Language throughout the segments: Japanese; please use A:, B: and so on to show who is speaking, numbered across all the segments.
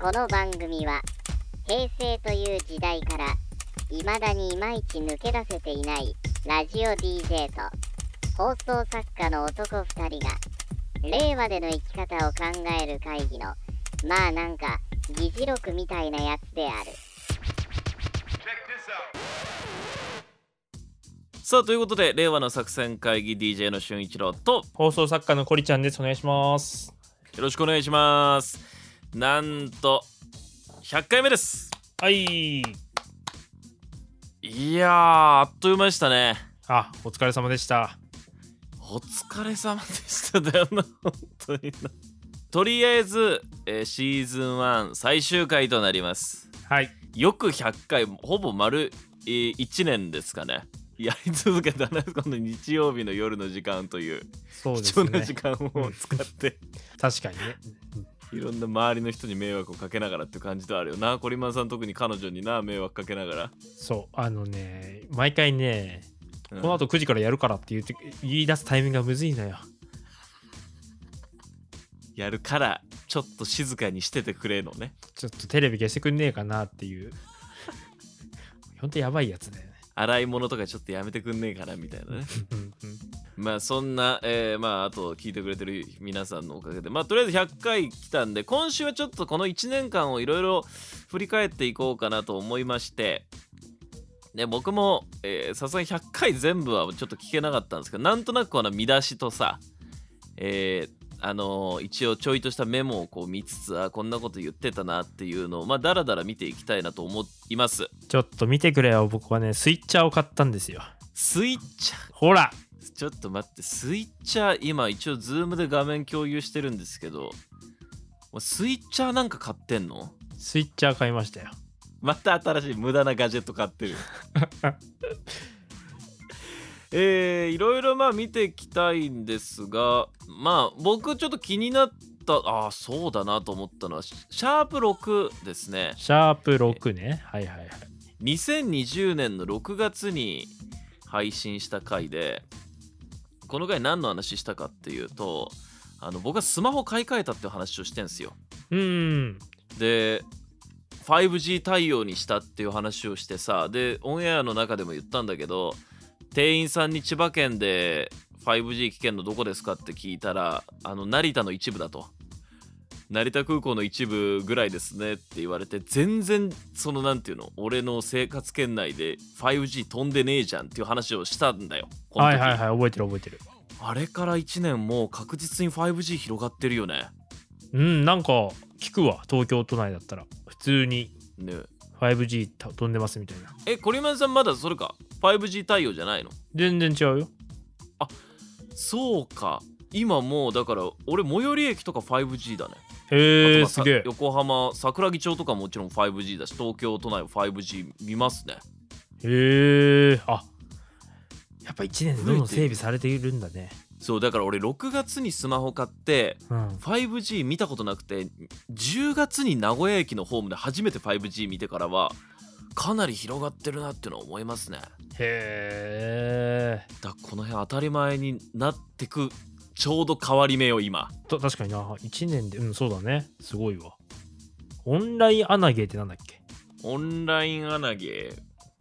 A: この番組は平成という時代から未だにいまいち抜け出せていないラジオ DJ と放送作家の男2人が令和での生き方を考える会議のまあなんか議事録みたいなやつである。
B: さあということで令和の作戦会議 DJ の俊一郎と
C: 放送作家のコリちゃんです。お願いします。
B: よろしくお願いしますなんと100回目です
C: はい。
B: いやーあっという間でしたね
C: あ、お疲れ様でした。
B: お疲れ様でしただよな本当になとりあえず、えーシーズン1最終回となります
C: はい。
B: よく100回ほぼ丸、え1年ですかねやり続けたねこの日曜日の夜の時間という
C: そうで
B: 貴
C: す
B: 重な
C: ね
B: 時。間を使って
C: 確かにね。
B: いろんな周りの人に迷惑をかけながらって感じではあるよな。コリマンさん特に彼女にな迷惑かけながら。
C: そう、あのね、毎回ね、
B: うん
C: この後9時からやるからって言って言い出すタイミングがむずいのよ。
B: やるからちょっと静かにしててくれのね。
C: ちょっとテレビ消してくんねえかなっていう。ほんとやばいやつだよね。
B: 洗い物とかちょっとやめてくんねえからみたいなね。
C: うんうん
B: まあそんな、えーまああと聞いてくれてる皆さんのおかげで、まあとりあえず100回来たんで、今週はちょっとこの1年間をいろいろ振り返っていこうかなと思いまして、で僕もえーさすがに100回全部はちょっと聞けなかったんですけど、なんとなくこの見出しとさ、えーあのー一応ちょいとしたメモをこう見つつ、あーこんなこと言ってたなっていうのを、まあだらだら見ていきたいなと思います。
C: ちょっと見てくれよ、僕はね、スイッチャーを買ったんですよ。
B: スイッチャー
C: ほら
B: ちょっと待って、スイッチャー、今一応ズームで画面共有してるんですけど、お前スイッチャーなんか買ってんの
C: スイッチャー買いましたよ。
B: また新しい無駄なガジェット買ってる。えー、いろいろまあ見ていきたいんですが、まあ僕ちょっと気になった、ああ、そうだなと思ったのは、シシャープ6ですね。
C: シャープ6ね。はいはいはい。
B: 2020年の6月に配信した回でこの回何の話したかっていうとあの僕はスマホ買い替えたっていう話をしてんすよ
C: うん。
B: で 5G 対応にしたっていう話をしてさでオンエアの中でも言ったんだけど店員さんに千葉県で 5G 危険のどこですかって聞いたらあの成田の一部だと成田空港の一部ぐらいですねって言われて全然そのなんていうの俺の生活圏内で 5G 飛んでねえじゃんっていう話をしたんだよこの
C: は
B: 時
C: いはいはい、覚えてる覚えてる。
B: あれから1年もう確実に 5G 広がってるよね
C: うん、なんか聞くわ、東京都内だったら。普通に
B: ね
C: 5G た飛んでますみたいな。
B: えコリマンさんまだそれか 5G 対応じゃないの
C: 全然違うよ。
B: そうか今もうだから俺最寄り駅とか 5G だね
C: へえー、
B: あとまあ
C: す
B: さ
C: げえ。
B: 横浜桜木町とかもちろん 5G だし東京都内も 5G 見ますね
C: へえー、あやっぱ1年でどんどん整備されているんだね。
B: そうだから俺6月にスマホ買って
C: うん。
B: 5G 見たことなくて10月に名古屋駅のホームで初めて 5G 見てからはかなり広がってるなっていうのは思いますね
C: へえ。
B: だこの辺当たり前になってくちょうど変わり目よ今
C: と確かにな、1年で、うん、そうだね。すごいわ。オンラインアナゲーってなんだっけ
B: オンラインアナゲー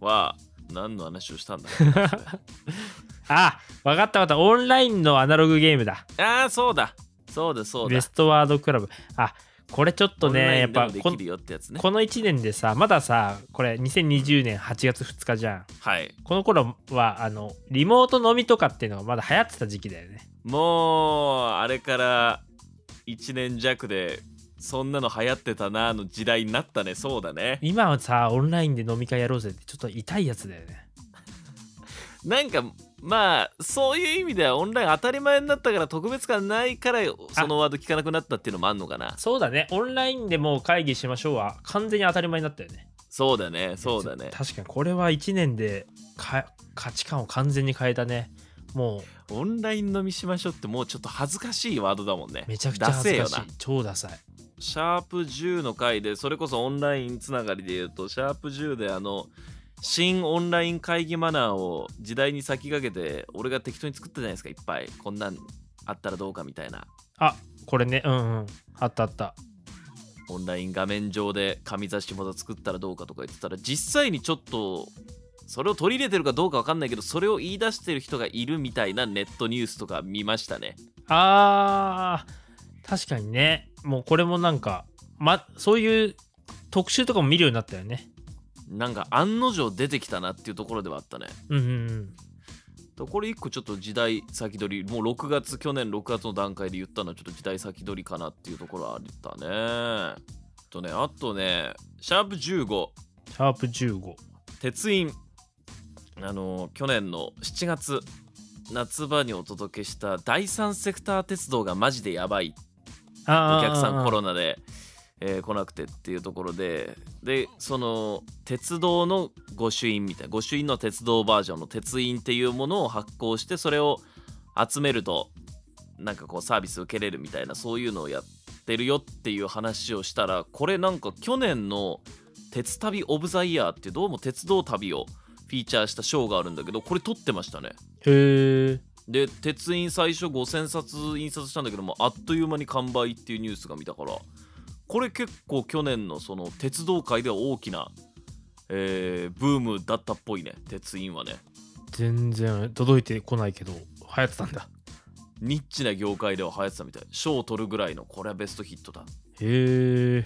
B: は何の話をしたん だ
C: あ、わかったわかった。オンラインのアナログゲームだ。
B: ああそうだそうだそうだ
C: ベストワードクラブ。あ、これちょっと
B: オンラ
C: ね、
B: イ
C: やっ
B: ンでも
C: ぱ
B: で
C: こ
B: きるよってやつね
C: この1年でさまださこれ2020年8月2日じゃん
B: はい
C: この頃はあのリモート飲みとかっていうのがまだ流行ってた時期だよね
B: もうあれから1年弱でそんなの流行ってたなーの時代になったねそうだね
C: 今はさオンラインで飲み会やろうぜってちょっと痛いやつだよね
B: なんかまあそういう意味ではオンライン当たり前になったから特別感ないからそのワード聞かなくなったっていうのもあんのかな
C: そうだねオンラインでもう会議しましょうは完全に当たり前になったよね
B: そうだねそうだね
C: 確かにこれは1年でか価値観を完全に変えたねも
B: オンライン飲みしましょうってもうちょっと恥ずかしいワードだもんね
C: うめちゃくちゃ恥ずかし
B: ダセーよ
C: い
B: な
C: 超ダサい
B: シャープ10の回でそれこそオンラインつながりで言うとシャープ10であの新オンライン会議マナーを時代に先駆けて俺が適当に作ったじゃないですかいっぱいこんなんあったらどうかみたいな
C: あこれねうんうんあったあった
B: オンライン画面上で紙雑誌また作ったらどうかとか言ってたら実際にちょっとそれを取り入れてるかどうかわかんないけどそれを言い出してる人がいるみたいなネットニュースとか見ましたね
C: あー確かにねもうこれもなんか、ま、そういう特集とかも見るようになったよね
B: なんか案の定出てきたなっていうところではあったね
C: うんうんうん
B: とこれ一個ちょっと時代先取りもう6月去年6月の段階で言ったのはちょっと時代先取りかなっていうところはあったねとねあとねシャープ15
C: シャープ15
B: 鉄印あの去年の7月夏場にお届けした第三セクター鉄道がマジでやばい
C: あー
B: お客さんコロナで、えー来なくてっていうところででその鉄道の御朱印みたいな御朱印の鉄道バージョンの鉄印っていうものを発行してそれを集めるとなんかこうサービス受けれるみたいなそういうのをやってるよっていう話をしたらこれなんか去年の「鉄旅オブザイヤー」ってどうも鉄道旅をフィーチャーしたショーがあるんだけどこれ撮ってましたね。
C: へえ
B: で鉄印最初5,000冊印刷したんだけどもあっという間に完売っていうニュースが見たからこれ結構去年のその鉄道界では大きな、えーブームだったっぽいね鉄印はね
C: 全然届いてこないけど流行ってたんだ
B: ニッチな業界では流行ってたみたい賞を取るぐらいのこれはベストヒットだ
C: へえ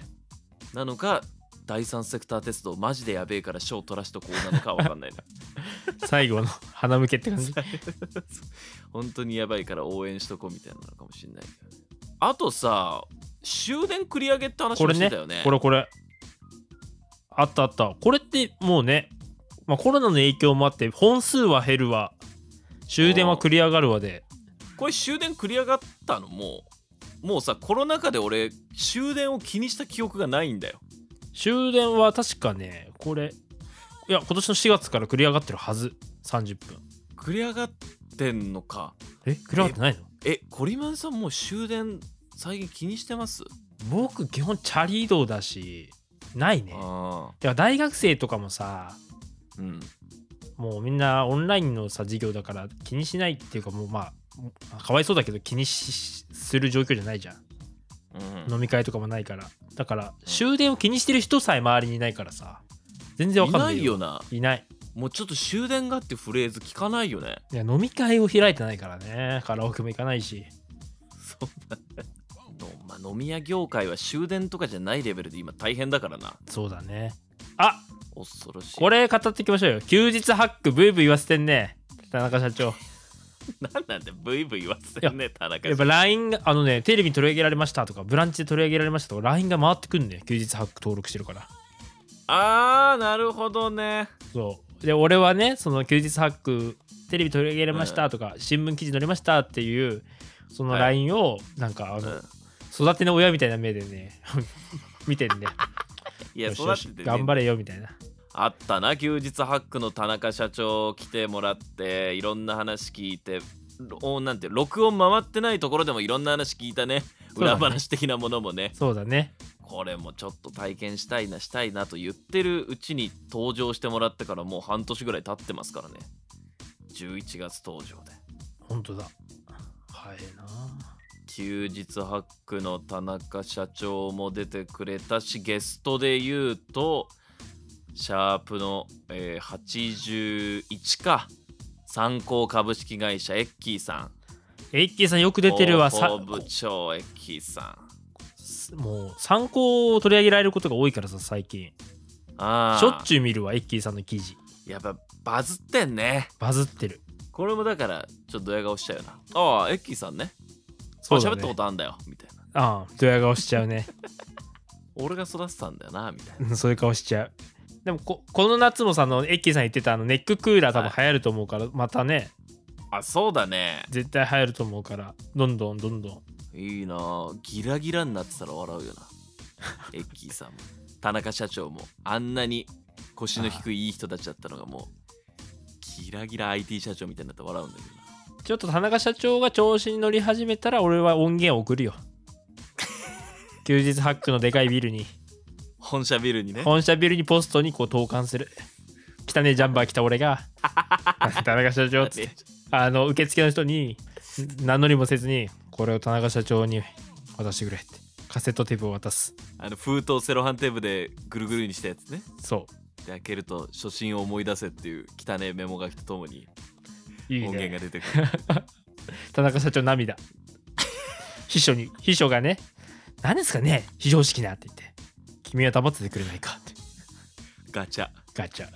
B: なのか第三セクター鉄道マジでやべえから賞取らしとこうなのかは分か んないね
C: 最後の鼻向けって感じ
B: 本当にやばいから応援しとこうみたいなのかもしんないけどねあとさ終電繰り上げって話
C: こ
B: も
C: れ
B: して
C: ね
B: たよね
C: これこれあったあったこれってもうね、まあ、コロナの影響もあって本数は減るわ終電は繰り上がるわで
B: これ終電繰り上がったのももうさコロナ禍で俺終電を気にした記憶がないんだよ
C: 終電は確かねこれいや今年の4月から繰り上がってるはず30分
B: 繰り上がってんのか
C: え繰り上がってないの
B: えコリマンさんもう終電最近気にしてます、
C: 僕基本チャリ移動だしないね
B: あ
C: いや大学生とかもさ
B: あうん
C: もうみんなオンラインのさ授業だから気にしないっていうかもうまあかわいそうだけど気にしする状況じゃないじゃん
B: うん
C: 飲み会とかもないからだから終電を気にしてる人さえ周りにいないからさ全然わ
B: い
C: かん
B: な
C: ない
B: いよない
C: ない
B: もうちょっと終電がってフレーズ聞かないよね
C: いや飲み会を開いてないからねカラオケも行かないし
B: そうまあ、飲み屋業界は終電とかじゃないレベルで今大変だからな
C: そうだねあ
B: 恐ろしい
C: これ語っていきましょうよ休日ハックブイブイ言わせてんね田中社長
B: なんなんでブイブイ言わせてんね田中
C: やっぱ LINE があのねテレビに取り上げられましたとかブランチで取り上げられましたとか LINE が回ってくんね休日ハック登録してるから
B: あーなるほどね
C: そうで俺はねその休日ハックテレビ取り上げられましたとか、新聞記事載りましたっていうその
B: はい
C: LINE をなんかあ
B: う
C: の、
B: ん
C: 育ての親みたいな目でね 見て んね
B: いや
C: よし
B: 育
C: よ
B: て
C: して
B: ね
C: 頑張れよみたいな
B: あったな休日ハックの田中社長来てもらっていろんな話聞いておなんて録音回ってないところでもいろんな話聞いたね
C: うだね
B: 裏話的なものもね
C: そうだね
B: これもちょっと体験したいなしたいなと言ってるうちに登場してもらってからもう半年ぐらい経ってますからね11月登場で
C: 本当だ早いな
B: 休日ハックの田中社長も出てくれたしゲストで言うとシャープの、えー81か参考株式会社エッキーさん
C: エッキーさんよく出てるわさ
B: 広報部長エッキーさん
C: もう参考を取り上げられることが多いからさ最近
B: あー
C: しょっちゅう見るわエッキーさんの記事
B: やっぱバズってんね
C: バズってる
B: これもだからちょっとドヤ顔しちゃうよなああエッキーさんね
C: そう
B: あ
C: だね
B: 喋ったことあんだよみたいな
C: ああドヤ顔しちゃうね
B: 俺が育てたんだよなみたいな
C: うんそういう顔しちゃうでもここの夏もさあのエッキーさん言ってたあのネッククーラー多分流行ると思うから、またね
B: あそうだね
C: 絶対流行ると思うからどんどんどんどん
B: いいなあギラギラになってたら笑うよな エッキーさんも田中社長もあんなに腰の低いいい人たちだったのがもうギラギラ IT 社長みたいになって笑うんだけどな
C: ちょっと田中社長が調子に乗り始めたら俺は音源を送るよ休日ハックのでかいビルに
B: 本社ビルにね
C: 本社ビルにポストにこう投函する汚ねえジャンバー着た俺が田中社長っつってあの受付の人にん何乗りもせずにこれを田中社長に渡してくれってカセットテープを渡す
B: あの封筒セロハンテープでぐるぐるにしたやつね
C: そ
B: で開けると初心を思い出せっていう汚ねメモ書きとともに
C: ういい
B: 音源が
C: ね
B: 出てくる
C: 田中社長涙 秘書に秘書がね何ですかね非常識なって言って君は黙っててくれないかって
B: ガチャ
C: ガチャ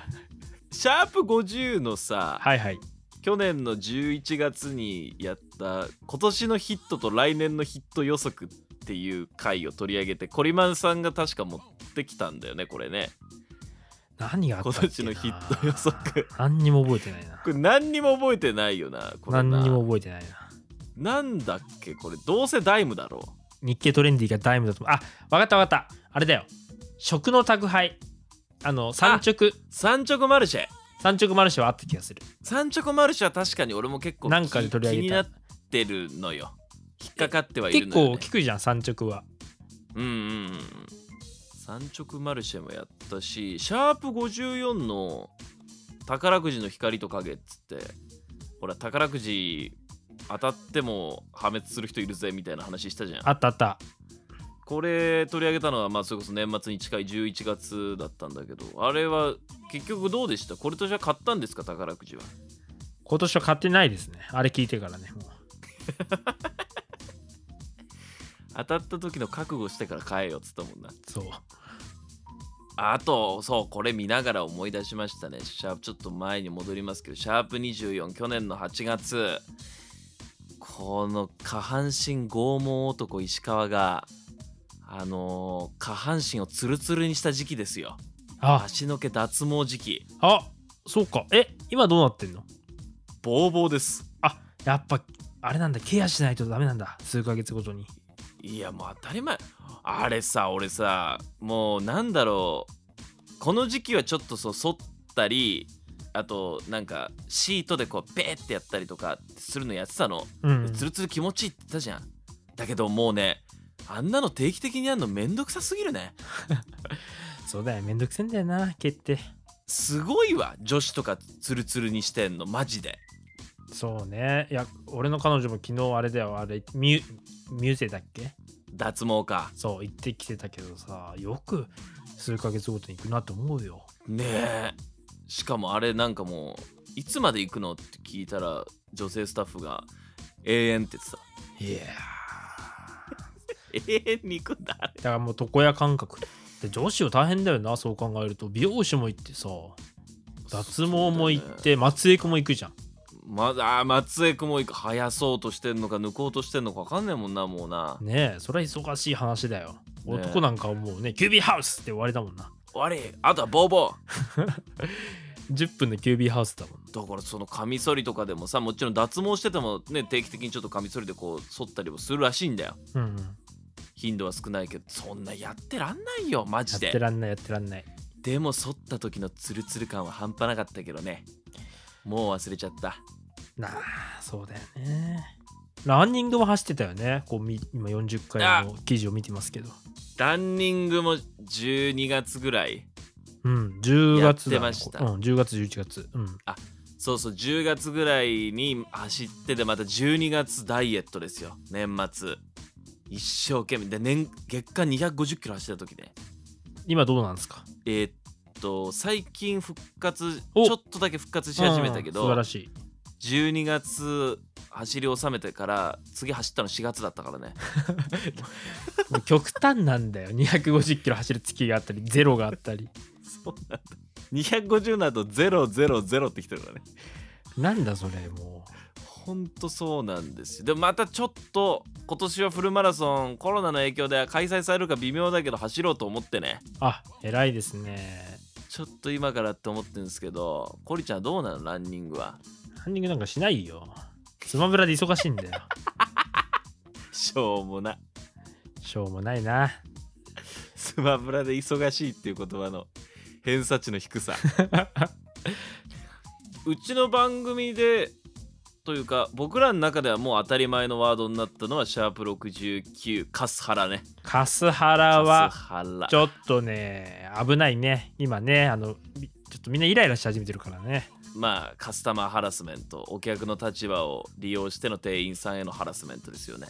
B: シャープ50のさ、
C: はいはい
B: 去年の11月にやった今年のヒットと来年のヒット予測っていう回を取り上げてコリマンさんが確か持ってきたんだよねこれね
C: 何があったっけな
B: 今年のヒット予測
C: 何にも覚えてないな
B: これ何にも覚えてないよなこれな
C: 何にも覚えてないな
B: なんだっけこれどうせダイムだろ
C: 日経トレンディがダイムだと思うあわかったわかったあれだよ食の宅配あの産直
B: う三直マルシェ
C: 産直マルシェはあった気がする
B: 三直マルシェは確かに俺も結構
C: なんかで取り上げた
B: 気になってるのよ引っかかってはいる
C: 結
B: のよ、
C: 構
B: ね、
C: 聞くじゃん産直は
B: うんうんうんうん三直マルシェもやったしシャープ54の宝くじの光と影っつってほら宝くじ当たっても破滅する人いるぜみたいな話したじゃん
C: あったあった
B: これ取り上げたのはまあそれこそ年末に近い11月だったんだけどあれは結局どうでしたこれとしては買ったんですか宝くじは
C: 今年は買ってないですねあれ聞いてからねもう
B: 当たった時の覚悟してから買えよっつったもんな
C: そう
B: あとそうこれ見ながら思い出しましたねシャープちょっと前に戻りますけどシャープ24去年の8月この下半身拷問男石川があのー下半身をツルツルにした時期ですよ
C: あ
B: 足の毛脱毛時期
C: あそうかえ今どうなってんの
B: ボーボーです
C: あやっぱあれなんだケアしないとダメなんだ数ヶ月ごとに
B: いやもう当たり前あれさ俺さもうなんだろうこの時期はちょっとそう剃ったりあとなんかシートでこうベーってやったりとかするのやってたの、
C: うん
B: ツルツル気持ちいいって言ったじゃんだけどもうねあんなの定期的にやるのめんどくさすぎるね
C: そうだよめんどくせえんだよな毛って
B: すごいわ女子とかツルツルにしてんのマジで
C: そうねいや俺の彼女も昨日あれだよあれミュミューゼだっけ
B: 脱毛か
C: そう行ってきてたけどさよく数ヶ月ごとに行くなと思うよ
B: ねえしかもあれなんかもういつまで行くのって聞いたら女性スタッフが永遠って言って
C: い
B: た
C: やー
B: 永遠に行くんだあれ
C: だからもう床屋感覚で女子は大変だよなそう考えると美容師も行ってさ脱毛も行っ
B: そうだね
C: て松江区も行くじゃん
B: まだあー松江君も行く生やそうとしてんのか抜こうとしてんのか分かんねえもんなもうな
C: ねえそれは忙しい話だよ
B: ね
C: 男なんかはもうねキュービーハウスって終わりだもんな
B: 悪いあとはボーボー
C: 10分のキュービーハウスだもん
B: だからそのカミソリとかでもさもちろん脱毛しててもね定期的にちょっとカミソリでこう剃ったりもするらしいんだよ
C: うん、うん、や
B: 頻度は少ないけどそんなやってらんないよマジ
C: って
B: で
C: らんないやってらんない
B: でも剃った時のツルツル感は半端なかったけどねもう忘れちゃった
C: なあそうだよねランニングも走ってたよねこうみ今40回の記事を見てますけど
B: ランニングも12月ぐらい
C: うん10月だ、ね、
B: やってました
C: うん、10月11月うん
B: そうそう10月ぐらいに走ってでまた12月ダイエットですよ年末一生懸命で年月間250キロ走った時ね
C: 今どうなんですか
B: えーっと最近復活ち
C: お
B: ょっとだけ復活し始めたけ
C: うん素晴
B: ど
C: らしい
B: 12月走り収めてから次走ったの4月だったからね
C: もう極端なんだよ250キロ走る月があったりゼロがあったり
B: そうなんだ250の後000ってきてるからね
C: なんだそれも
B: ほんとそうなんですよでもまたちょっと今年はフルマラソンコロナの影響で開催されるか微妙だけど走ろうと思ってね
C: うあ偉いですね
B: ちょっと今からって思ってるんですけどコリちゃんはどうなのランニングは
C: ランニングなんかしないよスマブラで忙しいんだよ
B: しょうもな
C: しょうもないな
B: スマブラで忙しいっていう言葉の偏差値の低 さうちの番組でというか僕らの中ではもう当たり前のワードになったのはシャープ69カスハラね
C: カスハラは
B: カスハラ
C: ちょっとね危ないね今ねあのみちょっとみんなイライラし始めてるからね
B: まあカスタマーハラスメントお客の立場を利用しての店員さんへのハラスメントですよね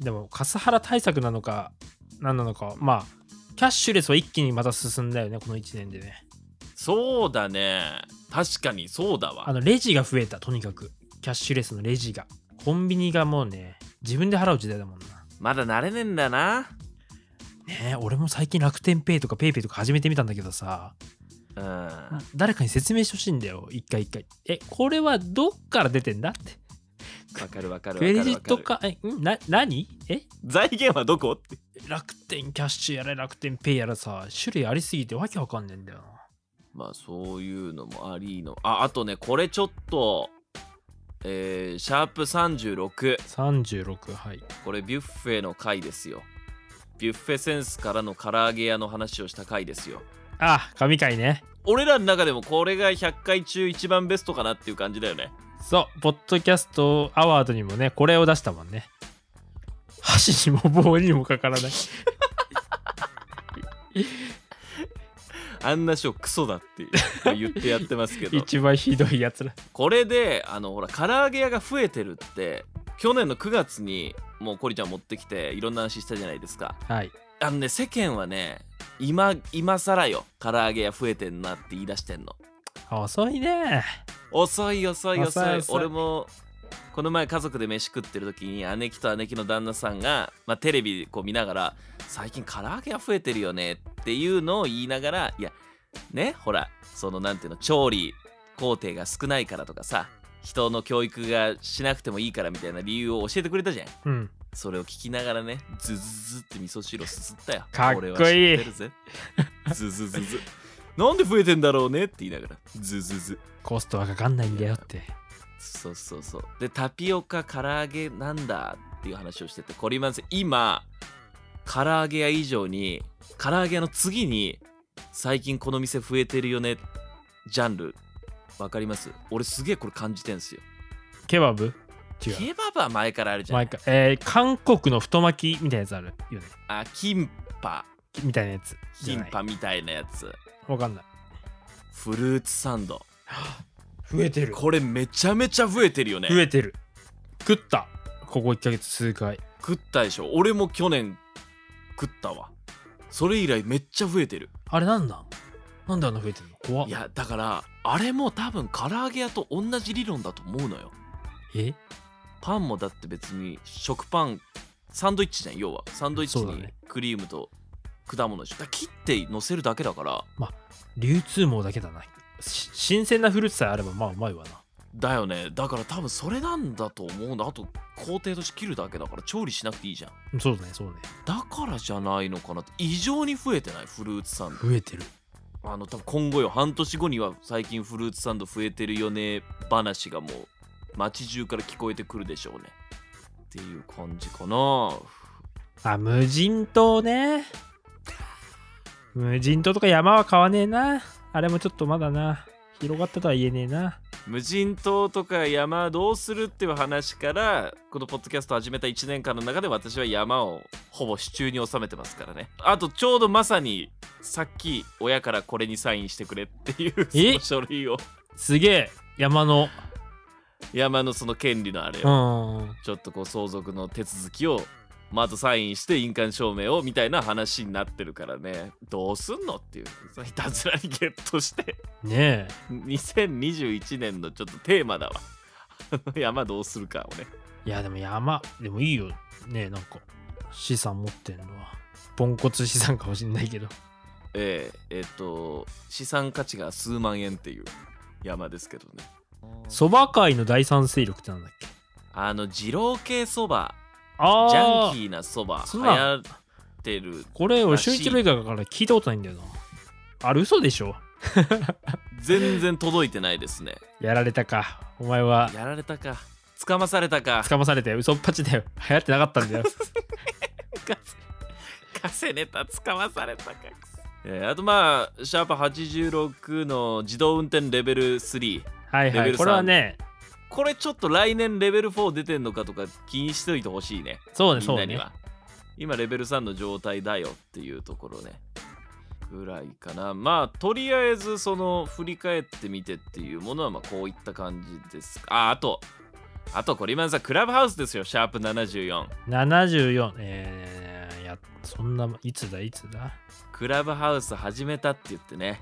C: でもカスハラ対策なのか何なのかまあキャッシュレスは一気にまた進んだよねこの1年でね
B: そうだね確かにそうだ
C: あ
B: わ
C: のレジが増えたとにかくキャッシュレスのレジがコンビニがもうね自分で払う時代だもんな
B: まだ慣れねえんだな
C: ねえ俺も最近楽天ペイとかペイペイとか始めてみたんだけどさ
B: うん
C: 誰かに説明してほしいんだよ一回一回えこれはどっから出てんだって
B: わかるわかるわかるわかる
C: クレジットかえんな何え
B: 財源はどこって
C: 楽天キャッシュやら楽天ペイやらさ種類ありすぎてわけわかんねえんだよな
B: まあそういうのもありのああとねこれちょっとえーシャープ36
C: 36はい
B: これビュッフェの回ですよビュッフェセンスからの唐揚げ屋の話をした回ですよ
C: あ神回ね
B: 俺らの中でもこれが100回中一番ベストかなっていう感じだよね
C: そうポッドキャストアワードにもねこれを出したもんね箸にも棒にもかからない
B: あんなショックソだっていう言ってやってます けど
C: 一番ひどいやつら
B: これであのほら唐揚げ屋が増えてるって去年の9月にもうコリちゃん持ってきていろんな話したじゃないですか
C: はい
B: あのね世間はね今今更よ唐揚げ屋増えてんなって言い出してんの
C: 遅いね
B: 遅い遅い遅い
C: 遅い遅い
B: 俺もこの前家族で飯食ってる時に姉貴と姉貴の旦那さんが、まあ、テレビこう見ながら「最近唐揚げが増えてるよね」っていうのを言いながらいやねほらそのなんていうの調理工程が少ないからとかさ人の教育がしなくてもいいからみたいな理由を教えてくれたじゃん
C: うん
B: それを聞きながらねズズズって味噌汁をすすったよ
C: かっこいい
B: 俺は知ってるぜズズ ズズなんで増えてんだろうねって言いながらズズズ
C: コストはかかんないんだよって
B: そうそうそうでタピオカ唐揚げなんだっていう話をしててこれまず今唐揚げ屋以上に唐揚げ屋の次に最近この店増えてるよねジャンルわかります俺すげえこれ感じてんすよ
C: ケバブ違う
B: ケバブは前からあるじゃん
C: 毎回えー韓国の太巻きみたいなやつあるよね
B: あキンパ
C: きみたいなやつ
B: キン
C: じゃ
B: パみたいなやつ
C: ないわかんない
B: フルーツサンド
C: 増えてる
B: これめちゃめちゃ増えてるよね
C: 増えてる食ったここ1ヶ月数回
B: 食ったでしょ俺も去年食ったわそれ以来めっちゃ増えてる
C: あれなんだなんであんな増えてるの怖っ
B: いやだからあれも多分唐揚げ屋と同じ理論だと思うのよ
C: え
B: パンもだって別に食パンサンドイッチじゃん要はサンドイッチ
C: そうだ
B: に
C: ね
B: クリームと果物でしょだから切って乗せるだけだから
C: 流通網だけだなし新鮮なフルーツさえあればまあうまいわな
B: だよねだから多分それなんだと思うのあと工程として切るだけだから調理しなくていいじゃん
C: そうだねそうね
B: だからじゃないのかなって異常に増えてないフルーツサンド
C: 増えてる
B: あの多分今後よ半年後には最近フルーツサンド増えてるよね話がもう街中から聞こえてくるでしょうねっていう感じかな
C: あ無人島ね無人島とか山は買わねえなあれもちょっとまだな広がったとは言えねえな
B: 無人島とか山どうするっていう話からこのポッドキャスト始めた1年間の中で私は山をほぼ手中に収めてますからねあとちょうどまさにさっき親からこれにサインしてくれっていうそ
C: え
B: の書類を
C: すげえ山の
B: 山のその権利のあれを
C: うん
B: ちょっとこう相続の手続きを、まあ、あとサインして印鑑証明をみたいな話になってるからねどうすんのっていういたずらにゲットして
C: ねえ
B: 2021年のちょっとテーマだわ あの山どうするかをね
C: いやでも山でもいいよねえなんか資産持ってんのはポンコツ資産かもしんないけど
B: えええっと資産価値が数万円っていう山ですけどね
C: そば界の第三勢力ってなんだっけ
B: あの二郎系そばジ
C: あ
B: ャン
C: あ
B: キーなそば
C: そ
B: 流
C: うな
B: 行ってる
C: これ俺
B: らしい
C: 俊一郎以外から聞いたことないんだよなあれ嘘でしょ
B: 全然届いてないですね
C: やられたかお前は
B: やられたか捕まされたか
C: 捕まされて嘘っぱちだよ 流行ってなかったん だよ
B: カセネタ捕まされたか えーあとまあシャープ86の自動運転レベル3
C: はい
B: レ
C: は
B: ベ
C: い
B: ル
C: これはね
B: これちょっと来年レベル4出てんのかとか気にしといてほしいね
C: そうね
B: み
C: そ
B: ん
C: う
B: なに
C: ね
B: は、今レベル3の状態だよっていうところねぐらいかなまあとりあえずその振り返ってみてっていうものはまあこういった感じですああとあとコリマンさんクラブハウスですよシャープ74
C: 74えー、いやそんないつだいつだ
B: クラブハウス始めたって言ってね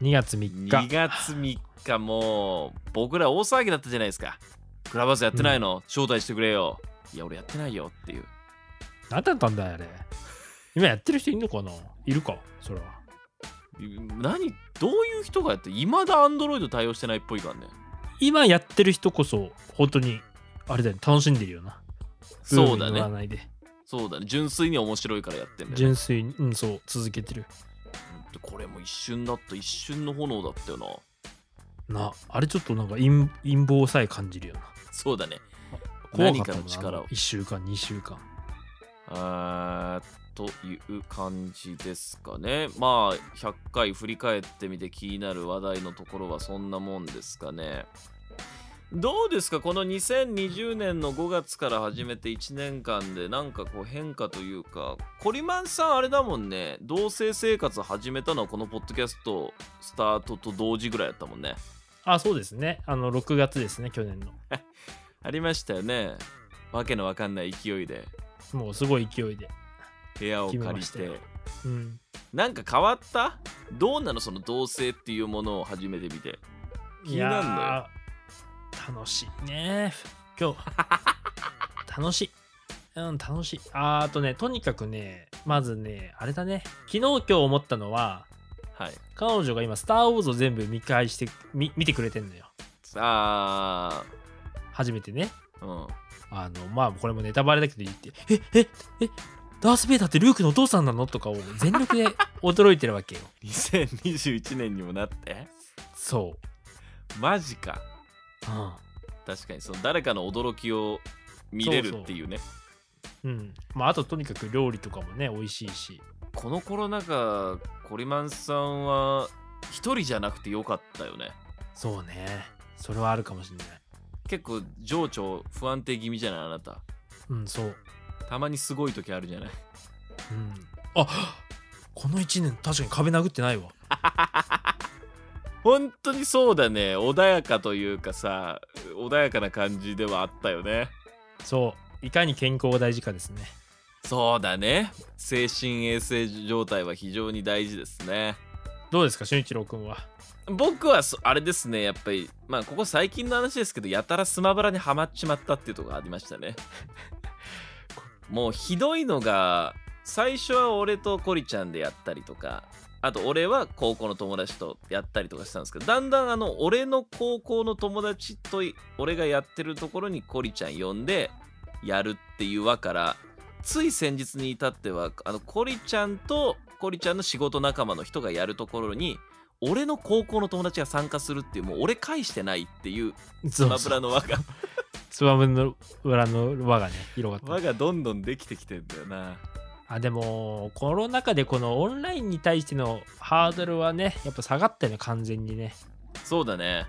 C: 2月3
B: 2
C: 日
B: 月3日もう僕ら大騒ぎだったじゃないですかクラブハウスやってないの、招待してくれよいや俺やってないよっていう
C: 何だったんだよあれ今やってる人いるのかないるかそれは
B: 何どういう人がやっていまだアンドロイド対応してないっぽいからね
C: 今やってる人こそ本当にあれだよね楽しんでるよな
B: そうだ
C: ブームに乗ら
B: ね
C: ないで
B: そうだね純粋に面白いからやってんだよ、ね、
C: 純粋にうんそう続けてる
B: うんこれも一瞬だった一瞬の炎だったよな
C: なあれちょっとなんか陰陰謀さえ感じるよな
B: そうだね
C: 怖か
B: 何
C: った
B: か
C: も
B: の
C: ん
B: 力を
C: 1週間2週間
B: あーという感じですかね。まあ、100回振り返ってみて気になる話題のところはそんなもんですかね。どうですかこの2020年の5月から始めて1年間でなんかこう変化というかコリマンさんあれだもんね同棲生活始めたのはこのポッドキャストスタートと同時ぐらいだったもんね
C: あそうですねあの6月ですね去年の
B: ありましたよねわけのわかんない勢いで
C: もうすごい勢いで
B: 部屋を
C: 決め
B: 借
C: ま
B: り
C: したよ
B: て
C: うん
B: なんか変わったどうなのその同性っていうものを初めて見て。気になるんだ
C: い
B: よ
C: やー楽しいね今 日楽しいうん楽しいあーあとねとにかくねまずねあれだね昨日今日思ったのは
B: はい。
C: 彼女が今「スター・ウォーズ」を全部見返してみ見てくれてんのよ
B: さ
C: 初めてね
B: あ、うん。
C: あのまあこれもネタバレだけど言って「えええダース・ベイダーってルークのお父さんなの?」とかを全力 で驚いてるわけよ
B: 2021年にもなって。
C: そう
B: マジか。
C: うん
B: 確かに、その誰かの驚きを見れ
C: そうそ
B: る
C: う
B: っていうね。
C: うん、まああととにかく料理とかもね美味しいし
B: このコロナ禍、コリマンさんは一人じゃなくてよかったよね。
C: そうねそれはあるかもしれない
B: 結構情緒不安定気味じゃないあなた。
C: うんそう、
B: たまにすごい時あるじゃない。
C: うん、あこの1年確かに壁殴ってないわ
B: 本当にそうだね。穏やかというかさ、穏やかな感じではあったよね。
C: そういかに健康が大事かですね
B: そうだね精神衛生状態は非常に大事ですね
C: どうですか俊一郎君は
B: 僕はそあれですねやっぱりまあここ最近の話ですけどやたらスマブラにはまっちまったっていうところがありましたねもうひどいのが最初は俺とコリちゃんでやったりとかあと俺は高校の友達とやったりとかしたんですけどだんだんあの俺の高校の友達とい俺がやってるところにコリちゃん呼んでやるっていう輪からつい先日に至ってはあのコリちゃんとコリちゃんの仕事仲間の人がやるところに俺の高校の友達が参加するっていうもう俺返してないっていう
C: ス
B: スマブラの輪が
C: スマブラの輪がね広がっ
B: 輪
C: た
B: がどんどんできてきてんだよな
C: あでもコロナ禍でこのオンラインに対してのハードルはねやっぱ下がったよね完全にね
B: そうだね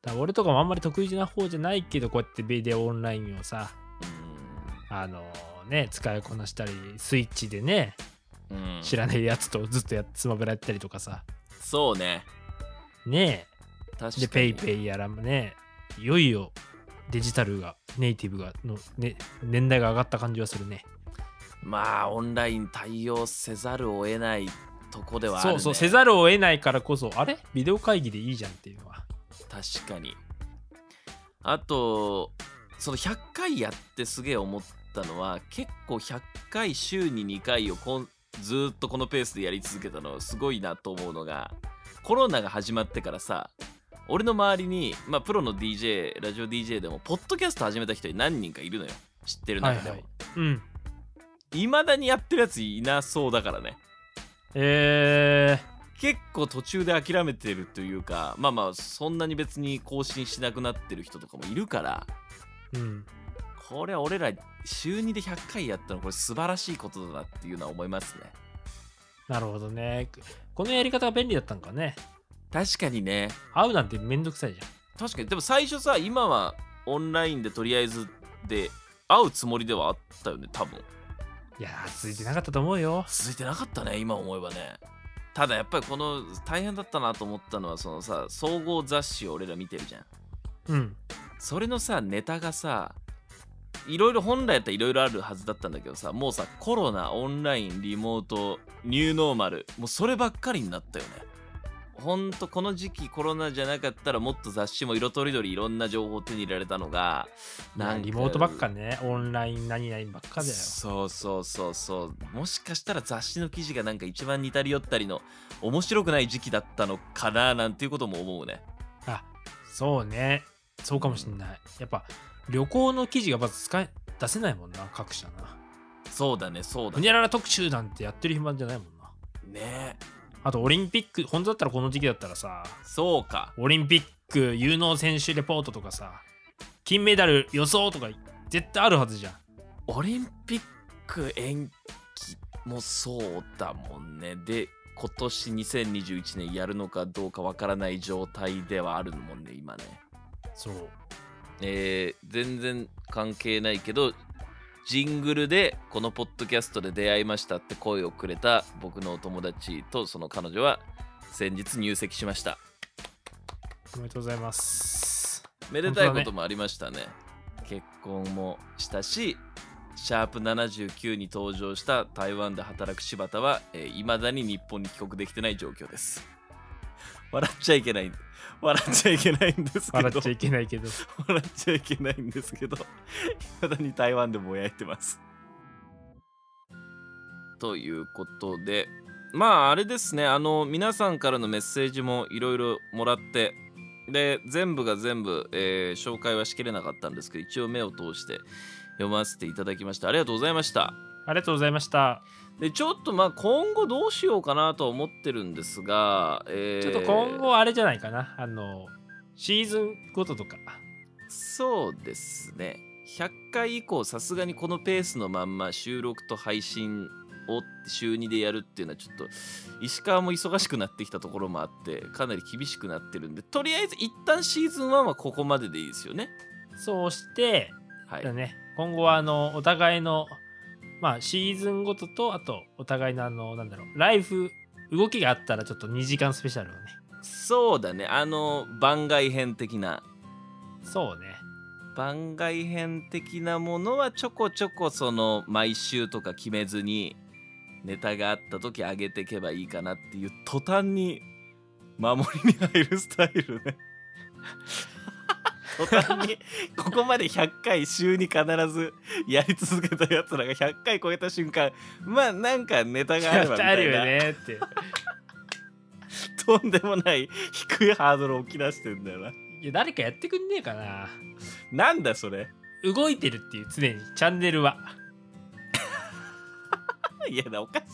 C: だから俺とかもあんまり得意な方じゃないけどこうやってビデオオンラインをさあのね使いこなしたりスイッチでね
B: うーん、うん、
C: 知らないやつとずっとやっスマブラやったりとかさ
B: そうね
C: ね
B: 確かに
C: えでペイペイやらもねいよいよデジタルがネイティブがの、ね、年代が上がった感じはするね
B: まあオンライン対応せざるを得ないとこではある、
C: そ
B: ね、
C: うそうせざるを得ないからこそあれビデオ会議でいいじゃんっていうのは
B: 確かにあとその100回やってすげえ思ったのは結構100回週に2回をこんずーっとこのペースでやり続けたのすごいなと思うのがコロナが始まってからさ俺の周りに、まあ、プロの DJ ラジオ DJ でもポッドキャスト始めた人に何人かいるのよ知ってる中で
C: は
B: も、
C: いはうん
B: いまだにやってるやついなそうだからね
C: えー
B: 結構途中で諦めてるというかまあまあそんなに別に更新しなくなってる人とかもいるから
C: うん、
B: これは俺ら週2で100回やったのこれ素晴らしいことだなっていうのは思いますね
C: なるほどねこのやり方が便利だったんかね
B: 確かにね
C: 会うなんてめんどくさいじゃん
B: 確かにでも最初さ今はオンラインでとりあえずで会うつもりではあったよね多分
C: いやー続いてなかったと思うよ
B: 続いてなかったね今思えばねただやっぱりこの大変だったなと思ったのはそのさ総合雑誌を俺ら見てるじゃん
C: うん
B: それのさネタがさいろいろ本来やったらいろいろあるはずだったんだけどさもうさコロナオンラインリモートニューノーマルもうそればっかりになったよねほんとこの時期コロナじゃなかったらもっと雑誌も色とりどりいろんな情報を手に入れられたのが
C: まあ
B: なんか
C: リモートばっかね、オンライン何々ばっかだよ。
B: そうそうそうそうもしかしたら雑誌の記事がなんか一番似たり寄ったりの面白くない時期だったのかななんていうことも思うね
C: あ、そうね。そうかもしんない。やっぱ旅行の記事がまず使え出せないもんな、各社な。
B: そうだねそうだ
C: ほ
B: ね
C: にゃらら特集なんてやってる暇じゃないもんな。
B: ね
C: あとオリンピック、本当だったらこの時期だったらさ、
B: そうか
C: オリンピック有能選手レポートとかさ、金メダル予想とか絶対あるはずじゃん。
B: オリンピック延期もそうだもんねで今年2021年やるのかどうかわからない状態ではあるもんね今ね
C: そう。
B: えー全然関係ないけどジングルでこのポッドキャストで出会いましたって声をくれた僕のお友達とその彼女は先日入籍しました
C: おめでとうございます。
B: めでたい
C: 本当
B: こ
C: だね
B: ともありましたね結婚もしたしシャープ79に登場した台湾で働く柴田は、えー、未だに日本に帰国できてない状況です笑っちゃいけない笑っちゃいけないんですけど
C: 笑っちゃいけないけど。
B: 笑っちゃいけないんですけど、未だに台湾でもやいてます。ということで、まああれですね、あの皆さんからのメッセージもいろいろもらって、で、全部が全部、えー紹介はしきれなかったんですけど、一応目を通して読ませていただきました。ありがとうございました。
C: ありがとうございました。
B: で、ちょっとまあ今後どうしようかなとは思ってるんですが、えー
C: ちょっと今後あれじゃないかな。あの、シーズンごととか。
B: そうですね100回以降さすがにこのペースのまんま収録と配信を週2でやるっていうのはちょっと石川も忙しくなってきたところもあってかなり厳しくなってるんでとりあえず一旦シーズン1はここまででいいですよね
C: そうして、
B: はい
C: だね、今後はあの、お互いの、まあ、シーズンごとと、あと、お互いのあの、なんだろう、ライフ、動きがあったらちょっと2時間スペシャルをね。
B: そうだねあの番外編的な
C: そうね。
B: 番外編的なものはちょこちょこその毎週とか決めずにネタがあった時上げてけばいいかなっていう途端に守りに入るスタイルね途端にここまで100回週に必ずやり続けたやつらが100回超えた瞬間まあなんかネタがあればみ た
C: あ
B: い
C: る
B: な、
C: よねって。
B: とんでもない低いハードルを起き出してんだよない
C: や、誰かやってくんねえかな。
B: なんだそれ
C: 動いてるっていう、常に、チャンネルは。
B: いやだおかしい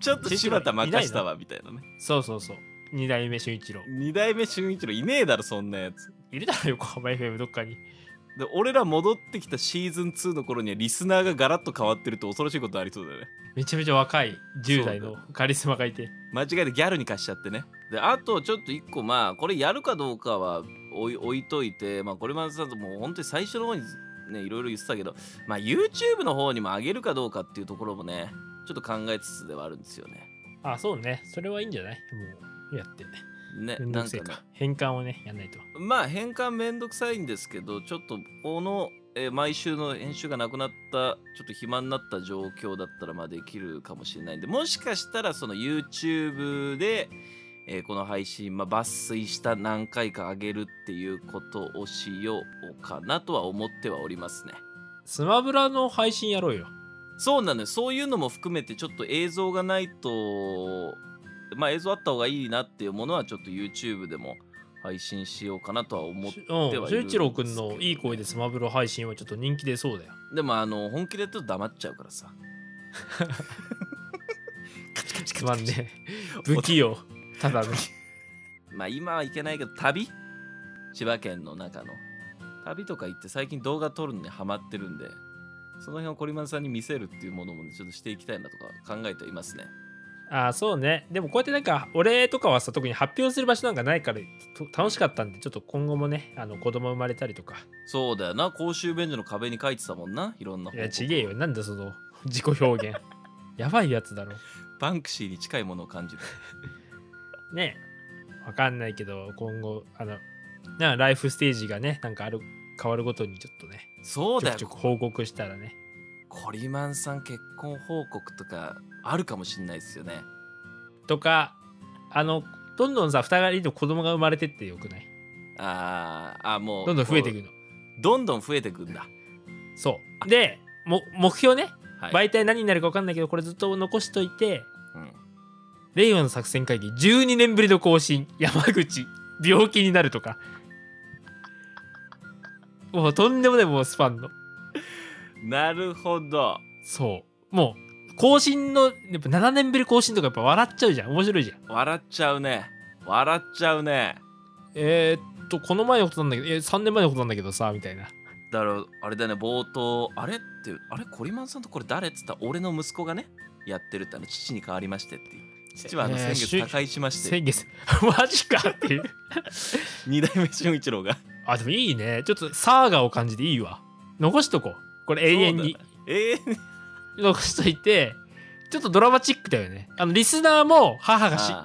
B: ちょっと柴田任したわみたいなね
C: そうそうそう。二代目俊一郎。
B: 二代目俊一郎いねえだろそんなやつ
C: いるだろ、横浜 FM どっかに。
B: で俺ら戻ってきたシーズン2の頃にはリスナーがガラッと変わってると恐ろしいことありそうだよね
C: めちゃめちゃ若い10代
B: そう
C: のカリスマがいて。
B: 間違えてギャルに貸しちゃってねであとちょっと一個まあこれやるかどうかは置い置いといてまあこれまでさもう本当に最初の方にねいろいろ言ってたけどまあ YouTube の方にも上げるかどうかっていうところもねちょっと考えつつではあるんですよね
C: あ、そうね。それはいいんじゃないもう、やって。
B: ね
C: めんど
B: な
C: く
B: んか
C: せえ
B: ね
C: か。変換をね、やんないと。
B: まあ変換めんどくさいんですけどちょっとこの、えー毎週の編集がなくなったちょっと暇になった状況だったらまあできるかもしれないんでもしかしたらその YouTube で、えーこの配信、まあ、抜粋した何回か上げるっていうことをしようかなとは思ってはおりますね
C: スマブラの配信やろうよ。
B: そうなのよそういうのも含めてちょっと映像がないとまあ映像あった方がいいなっていうものはちょっと YouTube でも配信しようかなとは思っって
C: うん、
B: はいるんですけど
C: 俊一郎くんのいい声でスマブラ配信はちょっと人気出そうだよ。
B: でもあの本気でやってると黙っちゃうからさ。カチカチカ
C: つ
B: チ
C: ま
B: カ
C: ん
B: チ
C: ねえ。不器用。ただの。
B: まあ今はいけないけど旅千葉県の中の旅とか行って最近動画撮るのにハマってるんでその辺をコリマンさんに見せるっていうものもねちょっとしていきたいなとか考えてはいますね。
C: あ、そうね。でもこうやってなんか、俺とかはさ、特に発表する場所なんかないから、と楽しかったんで、ちょっと今後もね、あの子供生まれたりとか。
B: そうだよな公衆便所の壁に書いてたもんないろんない報
C: や、
B: 告
C: ちげえよ。なんだその、自己表 現。やばいやつだろ。
B: バンクシーに近いものを感じる。
C: ねえわかんないけど今後あのなライフステージがねなんかある変わるごとにちょっとね、
B: そう
C: ちょ
B: だ
C: くちょ
B: よ
C: く報告したらね。
B: コリマンさん結婚報告とかあるかもしんないですよね
C: とか、あの、どんどんさ、二人の子供が生まれてってよくない
B: あーあもう
C: どんどん増えていく
B: こ
C: の。
B: うどんどん増えていくんだ、
C: そう。で、も目標ね、
B: はい
C: 媒体何になるか分かんないけど、これずっと残しといて、
B: うん
C: 令和の作戦会議12年ぶりの更新山口病気になるとかもうとんでもないもうスパンの
B: なるほど
C: そうもう更新のやっぱ7年ぶり更新とかやっぱ笑っちゃうじゃん面白いじゃん
B: 笑っちゃうね笑っちゃうね
C: えー、っとこの前のことなんだけど、えー、3年前のことなんだけどさみたいな
B: だからあれだね冒頭あれってあれコリマンさんとこれ誰っつったら俺の息子がねやってるってあの父に変わりましてっていう父はあの
C: えー
B: 先
C: し
B: 月
C: ゅ
B: 他界しまして
C: 先月 マジかっていう
B: 二代目俊一郎が
C: あでもいいねちょっとサーガを感じていいわ残しとこうこれ永遠
B: そう
C: に
B: だねええ
C: 残しといてちょっとドラマチックだよねあのリスナーも母がし
B: ああ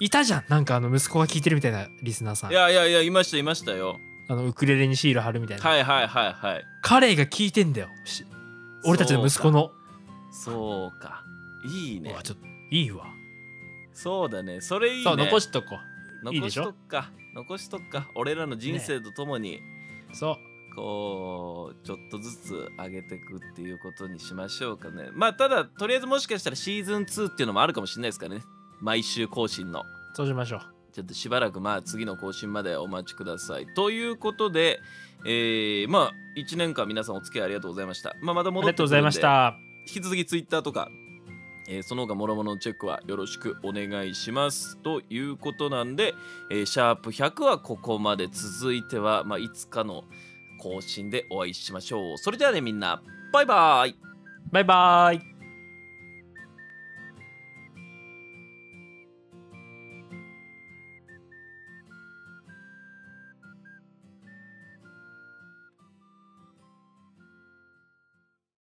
C: いたじゃんなんかあの息子が聞いてるみたいなリスナーさん
B: いやいやいやいましたいましたよ
C: あのウクレレにシール貼るみたいな、
B: はいはいはいはい
C: 彼が聞いてんだよし俺たちの息子の
B: そうかいいうね
C: わちょっといいわ
B: そうだねそれいいね
C: そう残しとこいい
B: 残
C: で
B: し
C: しょ
B: とくか残しとくか俺らの人生とともに、
C: うそう
B: こうちょっとずつ上げていくっていうことにしましょうかねまあただとりあえずもしかしたらシーズン2っていうのもあるかもしれないですからね毎週更新の
C: そうしましょう
B: ちょっとしばらくまあ次の更新までお待ちくださいということでえー、まあ1年間皆さんお付き合いありがとうございました、まあ、また
C: あ
B: 戻
C: り
B: って
C: がとうご
B: くるんで
C: ざいました
B: 引き続きツイッターとか、えーその他諸々のチェックはよろしくお願いしますということなんで、えーシャープ100はここまで続いては、まあ、いつかの更新でお会いしましょうそれではねみんなバイバイ
C: バイバーイ